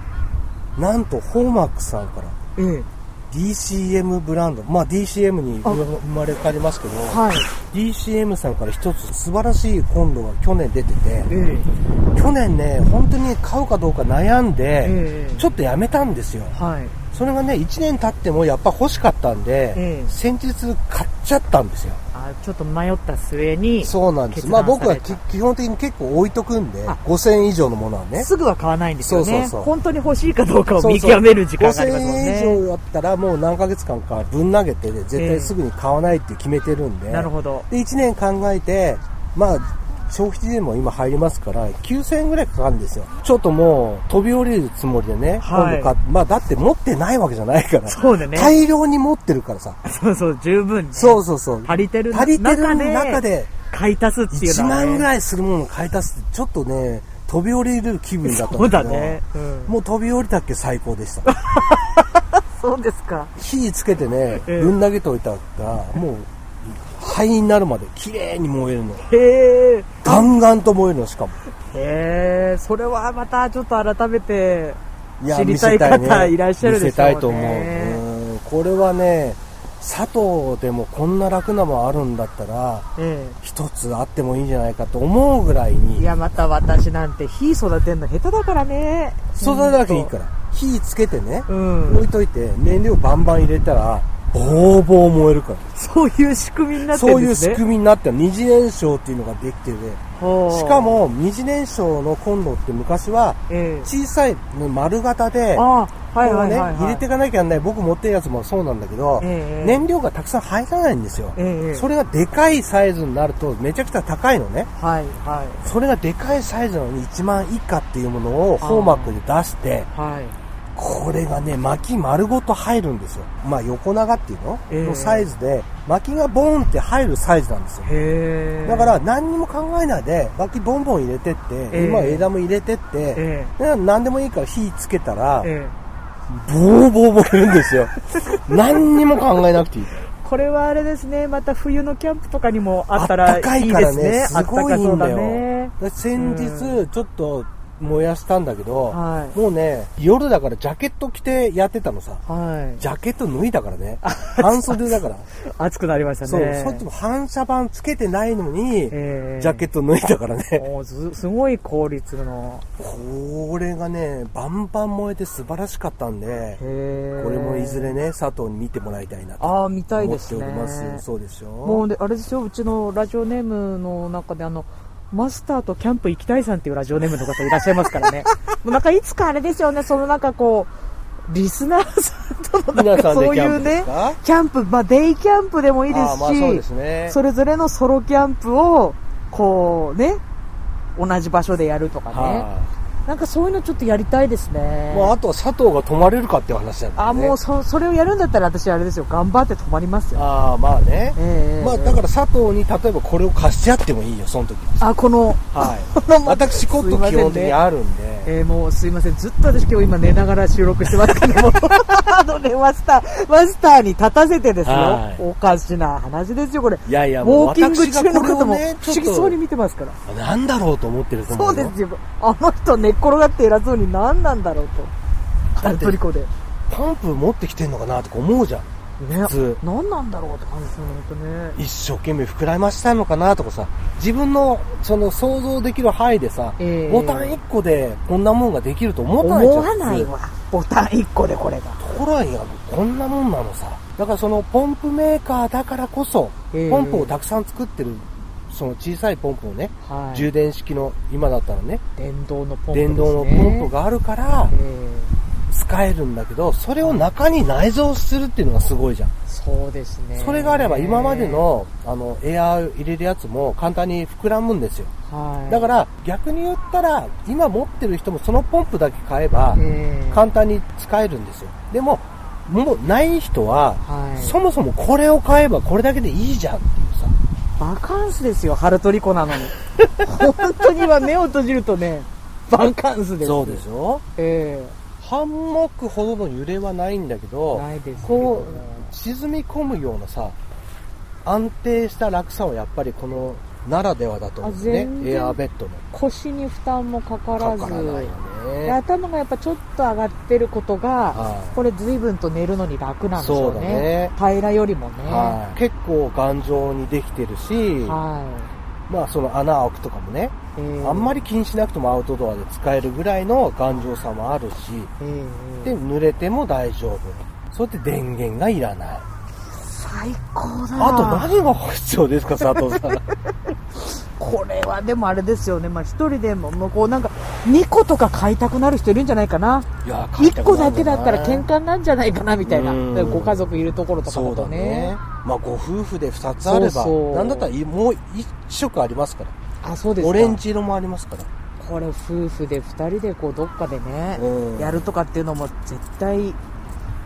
なんと、ホーマックさんから、
ええ
DCM ブランド、まあ DCM に
あ
生まれ変わりますけど、
はい。
DCM さんから一つ素晴らしいコンロが去年出てて、
ええ
去年ね、本当に買うかどうか悩んで、
ええ
ちょっとやめたんですよ。
はい。
それがね、1年経ってもやっぱ欲しかったんで、
ええ
先日買っちゃったんですよ。
あ、ちょっと迷った末に、
そうなんです。
決
まあ
断され
僕
た
はき基本的に結構置いとくんで、
あ
5000円以上のものはね。
すぐは買わないんですよね。
そうそうそう
本当に欲しいかどうかを
そう
見
そう
極める時間がありますもん
5000円以
ね。
上だったらもう何ヶ月間かぶん投げて、絶対すぐに買わないって決めてるんで、
なるほど。
で、1年考えて、まあ、消費期限も今入りますから、9000円ぐらいかかるんですよ。ちょっともう飛び降りるつもりでね、
はい
今度買っまあだって持ってないわけじゃないから、
そうだね。
大量に持ってるからさ、
そうそう、十分、ね。
そうそうそう。
足りてる
足りてる
中で
中で、
買い足すっていう
1
のは、ね。
万ぐ
い
らいするものを買い足すって、ちょっとね、飛び降りる気分だったん
そう
だ
だ
けど、
ね。うん、
もう飛び降りたっけ最高で した。
そうですか。
火つけてね、
ええ
ぶん投げておいたら、もう、灰になるまで綺麗に燃えるの。
へえ。
ガンガンと燃えるの、しかも。
へえ。それはまたちょっと改めて、
いや
知りたい方いらっしゃるでしょうね
見せたいと思う。うんこれはね、佐藤でもこんな楽なもんあるんだったら、
え
一つあってもいいんじゃないかと思うぐらい
え。い
に、
や、また私なんて火育てんの下手だからね。
育てなきゃいいから、火つけてね、
うん。
置いといて、燃料バンバン入れたら、ボーボー燃えるから。
そういう仕組みになって
そ
る
うんい
で
う
す
仕
ね。
組みになってる二次燃焼っていうのができてて、
はあ
しか、も二次燃焼のコンロって昔は
ええ
小さいね丸型で、
ああ、はい
こ
は
う
い
ね、
はい、はい。
入れていかなきゃいけない、僕持ってるやつもそうなんだけど、
ええ
燃料がたくさん入らないんですよ。
ええええ
それがでかいサイズになるとめちゃくちゃ高いのね。
はいはい
それがでかいサイズなのに1万以下っていうものをフォーマックで出して、
はい。
これがね、薪丸ごと入るんですよ。まあ横長っていうの、
ええ
のサイズで、薪がボーンって入るサイズなんですよ。
へえ。
だから、何にも考えないで、薪ボンボン入れてって、
え
今枝も入れてって、
え
で何でもいいから火つけたら
え、ええ
ボーボー燃えるんですよ。何にも考えなくていい。
これはあれですね、また冬のキャンプとかにもあった
あ
ら
ったか
い
い
い
か
で
ら
す
ね
ね。
すごい
あったかそ
ん
うだ
だよ
ね。
で先
う
日、ちょっと燃やしたんだけど、
はい
もうね、夜だからジャケット着てやってたのさ。
はい。
ジャケット脱いだからね。半袖だから。
暑くなりましたね。
そう、そっちも反射板つけてないのに、
ええ
ジャケット脱いだからね。
もうすすごい効率の。
これがね、バンバン燃えて素晴らしかったんで、
へ
こ
え
れもいずれね、佐藤に見てもらいたいなと
ああ、見たい
思
で
っ
す
て
ね。
おりますよ。そうでしょ。
もうね、あれですよ、うちのラジオネームの中で、あの、マスターとキャンプ行きたいさんっていうラジオネームの方いらっしゃいますからね。 もうなんかいつかあれですよね、そのなんかこう、リスナーさんと のなん
皆
か
さんで
そう
キ
い
ャ
う
ンプで
ね
す、か
キャンプ、まあデイキャンプでもいいです
あ
し、
ーまあそうですね。
それぞれのソロキャンプを、こうね、同じ場所でやるとかね。
はい
なんかそういうのちょっとやりたいですね。
まあ、あとは佐藤が泊まれるかっていう話なんだ
あ、
よね。
もうそそれをやるんだったら私あれですよ、頑張って泊まりますよ。
ああ、まあね。
ええ
まあ、だから佐藤に例えばこれを貸し合ってもいいよ、その時は。
あ、こ の、
はい。私、コット基本的にあるんで。
えー、もうすいません、ずっと私今日今寝ながら収録してますけども、 あのね、マスター、マスターに立たせてですよ、
はい
おかしな話ですよ、これ。
いやいや、
ウ
もう
ォーキング
私
中
が
の
こ
方
れを
も
ね、
不
ち
思
ょっ
議そうに
と、
見てますから。
なんだろうと思ってると思
そうう
よ。
ですよ。あの人寝っ転がって偉そうに何なんだろうと。
だ
カ
って
ントリコで。ね、
パンプ持ってきてんのかなとか思うじゃん。普通。
何なんだろうって感じですよね、ほんとね。
一生懸命膨らましたいのかなとかさ、自分の、その想像できる範囲でさ、
ええ
ボタン1個でこんなもんができると思わないじゃん。
思わない
普通
わ。ボタン1個でこれが。
ところがこんなもんなのさ。だからそのポンプメーカーだからこそ、
ええ
ポンプをたくさん作ってる、その小さいポンプをね、
はい。
充電式の今だったらね、
電動のポンプです、ね。
電動のポンプ。があるから
えー
使えるんだけど、それを中に内蔵するっていうのがすごいじゃん。
そうですね。
それがあれば今まで、のあのエアー入れるやつも簡単に膨らむんですよ。
はい、
だから逆に言ったら、今持ってる人もそのポンプだけ買えば
えー
簡単に使えるんですよ。でも、もうない人は、
はい、
そもそもこれを買えばこれだけでいいじゃんっていうさ。
バカンスですよ、ハルトリコな のに。本当に今目を閉じるとね、バカンスです。
そうでしょ
え
ハンモックほどの揺れはないんだけ
え
ど、
ないですけど
こう、沈み込むようなさ、安定した落差はやっぱりこの奈良ではだと思うんだよ
あ全
ね。
然
エアーベッドの。
腰に負担もかから
か
ず
からないよ
で
ね。
頭がやっぱちょっと上がってることが、
はい
これ随分と寝るのに楽なんでしょうね。
そうだね
平らよりもね。
はい結構頑丈にできてるし、
はい
まあその穴開くとかもね、
ええ
あんま
り、
り気にしなくてもアウトドアで使えるぐらいの頑丈さもあるし、
ええ
で、濡れても大丈夫。そうやって電源がいらない。
最高だな
あと何が必要ですか、佐 藤さん。
これはでもあれですよね、まあ、一人でももうこうなんか2個とか買いたくなる人いるんじゃないかな、
いや
1個だけだったら喧嘩になんじゃないかなみたいな
うん、
ご家族いるところとか
そう
だ
だ
とね
ね、。まあ、ご夫婦で2つあれば、
そうそう
なんだったらいもう1色ありますから。
あそうですか
オレンジ色もありますから。
これ、夫婦で2人でこうどっかでね
うん、
やるとかっていうのも絶対、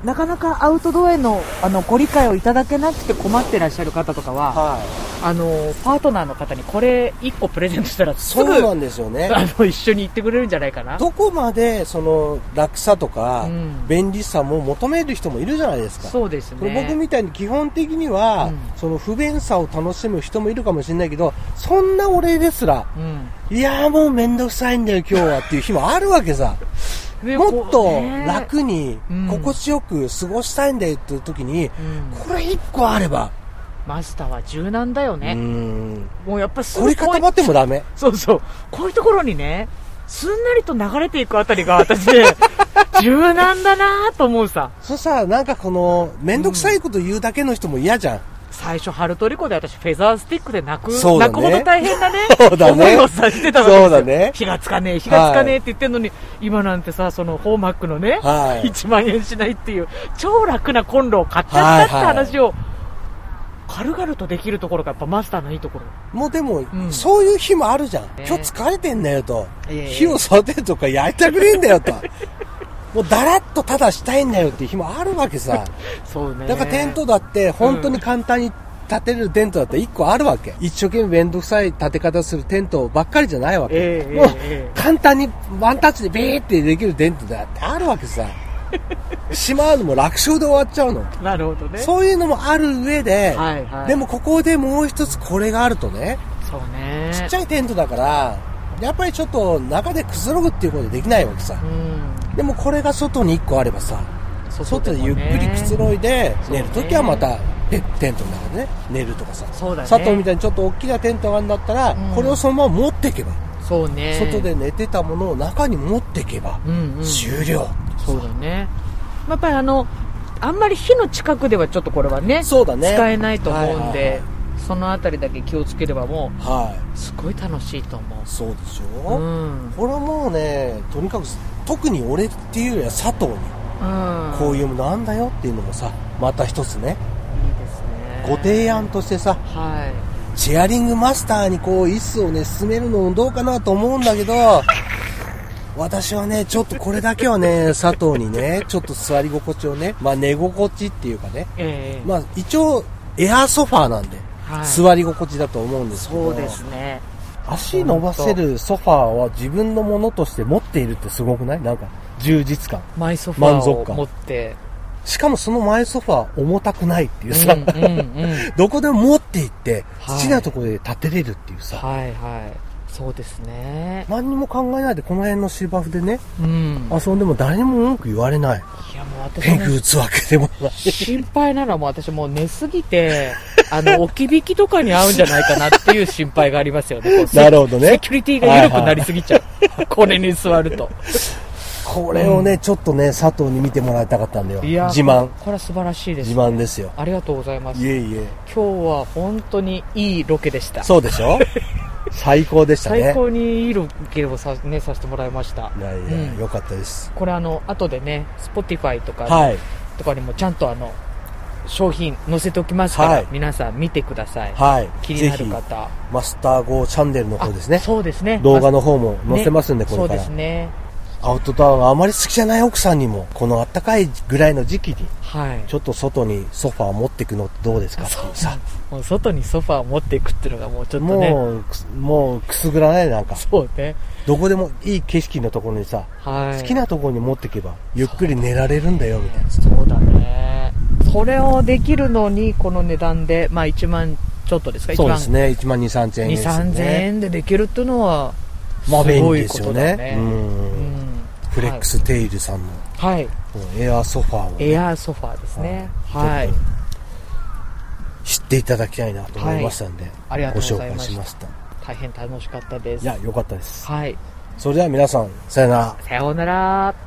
なかなかアウトドアへのあのご理解をいただけなくて困ってらっしゃる方とかは、
はい。
あのパートナーの方にこれ1個プレゼントしたら、す
そ
ぐ
うなんですよね。
あの一緒に行ってくれるんじゃないかな。
どこまで、その、楽さとか
う、ん
便利さも求める人もいるじゃないですか。
そうです
その
ね
僕みたいに基本的には、
うん
その不便さを楽しむ人もいるかもしれないけど、そんな俺ですら、
うん
いやーもうめんどくさいんだよ今日はっていう日もあるわけさ。
で
もっと
こうね
楽に
うん
心地よく過ごしたいんだよっていう時に、
うん
これ一個あれば、
マスターは柔軟だよ
う
ね、
ん
もうやっぱす
凝
ぐ
り
こう
固まってもダメ。
そうそうこういうところにねすんなりと流れていくあたりが私ねち柔軟だなぁと思うさ。
そしたらなんかこの、めんどくさいこと言うだけの人も嫌じゃん。
最初、ハルトリコで私、フェザースティックで泣く、
そうだ
泣
ね
くほど大変なね、
そうだね
思いをさしてたわけですよ。
そうだね
火がつかねえ、火がつかねえって言ってんのに、今なんてさ、その、ホーマックのね、
はい
1万円しないっていう、超楽なコンロを買っちゃったって
はいはい
話を、軽々とできるところがやっぱマスターのいいところ。
もうでも、
ん
そういう日もあるじゃん。今日疲れてんだよと。火を育てるとかやりたくねえんだ よと。もうだらっとただしたいんだよっていう日もあるわけさ。
そうね。
だからテントだって本当に簡単に建てるテントだって1個あるわけ。一生懸命めんどくさい建て方するテントばっかりじゃないわけ。
ええ
もう
ええ
簡単にワンタッチでビーってできるテントだってあるわけさ。しまうのも楽勝で終わっちゃうの。
なるほどね。
そういうのもある上で、
はいはい
でもここでもう一つこれがあるとね、
そうね。
ちっちゃいテントだから、やっぱりちょっと中でくつろぐっていうことできないわけさ。
うん。
でもこれが外に1個あればさ、外でゆっくりくつ
い
ろいで、
そう
寝
ね
るときはまたテテントの中でね、寝るとかさ。
そうだね
佐藤みたいにちょっと大きなテントがあるんだったら、
うん
これをそのまま持っていけば、
そうね。
外で寝てたものを中に持っていけば、
うんうん
終了。
そうだね。まあやっぱりあの、あんまり火の近くではちょっとこれはね、
そうだね
使えないと思うんで、
はいはいはい
そのあたりだけ気をつければも
は
う、すごい楽しいと思
い。そうでし
う。う
ょ、
ん。
これはもうね、とにかく、特に俺っていうよりは佐藤に、
うん。
こ
いう
いうものなんだよっていうのもさ、また一つね、
いですね。
ご提案としてさ、
はい。
チェアリングマスターにこう、椅子をね、進めるのもどうかなと思うんだけど、私はね、ちょっとこれだけはね、佐藤にね、ちょっと座り心地をね、まあ寝心地っていうかね、
ええ
まあ一応、エアーソファーなんで、
はい
座り心地だと思うんですけど、
そうですね。
足伸ばせるソファーは自分のものとして持っているってすごくないなんか、充実感。
マイソファ
満
ーを
足感
持って。
しかもその前ソファー重たくないっていう
う
さ、
んうんうん。
どこでも持って行って、
はい
土なところで立てれるっていうさ、
はいはい。そうですね。
何にも考えないでこの辺の芝生でね、
うん。
遊んでも誰にも文句言われない。
いやもう私
ペ
も
グ打つわけでも ない。
心配なのはもう私もう寝すぎて、 あの、置き引きとかに合うんじゃないかなっていう心配がありますよね。こうせ
なるほどね
セキュリティが緩くなりすぎちゃう。これに座ると。
これをね、ちょっとね、佐藤に見てもらいたかったんだよ。
いや、
自慢。
これは素晴らしいです。
自慢ですよ。
ありがとうございます。
い
今
えいえ。
日は本当にいいロケでした。
そうでし ょ最高でしたね。
最高にいいロケをさ,、ね、させてもらいました。
いやいや、
うん
よかったです。
これあの、後でね、Spotify とか、
はい。
とかにもちゃんとあの、商品載せておきますから、
はい
皆さん見てください。
はい。
気
ぜ
にな
ひ
る、方。
マスター GO チャンネルの方ですね
あ。そうですね。
動画の方も載せますんで、
ね
これから
そうです。ね
アウトドアがあまり好きじゃない奥さんにも、この暖かいぐらいの時期に、
はい
ちょっと外にソファー持ってくのってどうですかっていうさ。
もう外にソファーを持っていくっていうのがもうちょっとね
もう、くすもうくすぐらないなんか。
そうね
どこでもいい景色のところにさ、
はい
好きなところに持ってけば、ゆっくり寝られるんだよ、みたいな。
そうだねそれをできるのにこの値段でまあ1万ちょっとですか
そう
1
で
万
すね。1万2、3千円
2
ですよ
3
ね。
千円でできるっていうのはす
まあ便利
ごい
で
こ
す
と
よ
だ
ね。
ね
うん
うん
フレックステイルさんの
はい、はい
このエアーソファーを、ね
エアーソファーですねは
はい
い、
知っていただきたいなと思いましたんで、
ありがと
ご
うご
紹
ざい
介
ま
し
し
ま
た
した。
大変楽しかったで
い
す
や、よかったです。
はい
それでは皆さん、さよなら。
さようなら